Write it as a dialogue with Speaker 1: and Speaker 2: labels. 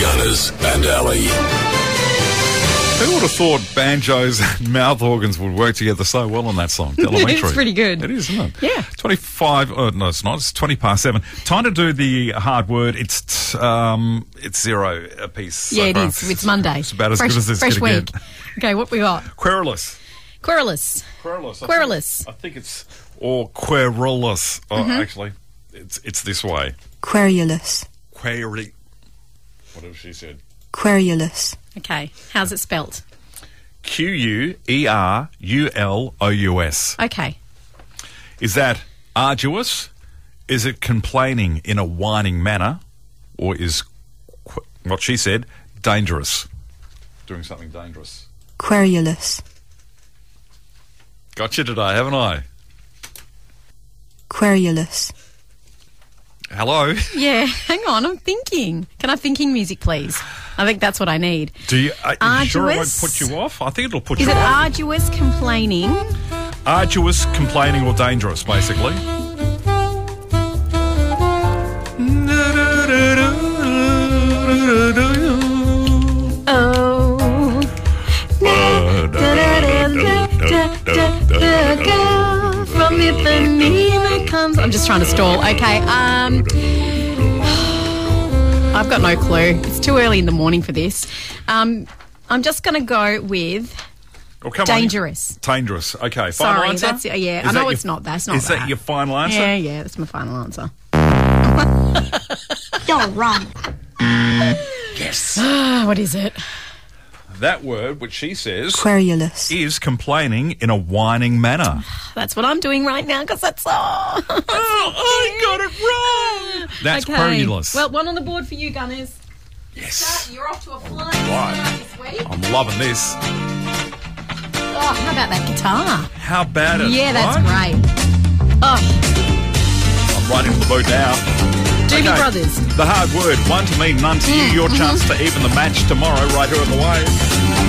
Speaker 1: Gunners and Ali.
Speaker 2: Who would have thought banjos and mouth organs would work together so well on that song? Elementary.
Speaker 3: pretty good.
Speaker 2: It is, isn't it?
Speaker 3: Yeah.
Speaker 2: 25, uh, no, it's not. It's 20 past seven. Time to do the hard word. It's t- um, it's zero apiece.
Speaker 3: Yeah,
Speaker 2: so
Speaker 3: it
Speaker 2: far.
Speaker 3: is. It's Monday.
Speaker 2: It's about as
Speaker 3: fresh,
Speaker 2: good as this
Speaker 3: fresh
Speaker 2: could
Speaker 3: week.
Speaker 2: get.
Speaker 3: Okay, what we got?
Speaker 2: Querulous.
Speaker 3: Querulous.
Speaker 2: Querulous. I
Speaker 3: Querulous. Mm-hmm.
Speaker 2: think- I think it's, or querulous. Oh, actually, it's, it's this way.
Speaker 4: Querulous.
Speaker 2: Query. Whatever she said.
Speaker 4: Querulous.
Speaker 3: Okay, how's it spelt?
Speaker 2: Q U E R U L O U S.
Speaker 3: Okay.
Speaker 2: Is that arduous? Is it complaining in a whining manner? Or is qu- what she said dangerous? Doing something dangerous.
Speaker 4: Querulous.
Speaker 2: Got you today, haven't I?
Speaker 4: Querulous.
Speaker 2: Hello.
Speaker 3: Yeah, hang on, I'm thinking. Can I have thinking music, please? I think that's what I need.
Speaker 2: Do you, are you sure it won't
Speaker 3: Arduous?
Speaker 2: put you off? I think it'll put
Speaker 3: Is
Speaker 2: you
Speaker 3: it
Speaker 2: off.
Speaker 3: arduous complaining?
Speaker 2: arduous, complaining, or dangerous, basically?
Speaker 3: Oh. From Ipanema comes. I'm just trying to stall. Okay, um. I've got no clue. It's too early in the morning for this. Um, I'm just going to go with
Speaker 2: Oh, come on.
Speaker 3: dangerous.
Speaker 2: Dangerous. Okay. Final
Speaker 3: Sorry,
Speaker 2: answer?
Speaker 3: that's it. Yeah,
Speaker 2: Is
Speaker 3: I
Speaker 2: that
Speaker 3: know
Speaker 2: your-
Speaker 3: it's not that. It's not
Speaker 2: Is that
Speaker 3: that.
Speaker 2: your final answer?
Speaker 3: Yeah, yeah, that's my final answer.
Speaker 4: You're wrong.
Speaker 3: Ah, what is it?
Speaker 2: That word, which she says,
Speaker 4: Querulous.
Speaker 2: is complaining in a whining manner.
Speaker 3: That's what I'm doing right now because that's all.
Speaker 2: Oh, I got it wrong. That's querulous.
Speaker 3: Well, one on the board for you, Gunners.
Speaker 2: yes.
Speaker 3: You're off to a flying
Speaker 2: Right.
Speaker 3: start this week.
Speaker 2: I'm loving this.
Speaker 3: Oh, how about that guitar?
Speaker 2: How bad is
Speaker 3: Yeah, that's
Speaker 2: right?
Speaker 3: great. Oh,
Speaker 2: I'm right into the boot now.
Speaker 3: Doobie
Speaker 2: Okay.
Speaker 3: Brothers.
Speaker 2: Mm, mm-hmm. The hard word. One to me, none to you. Your chance to even the match tomorrow right here on the way.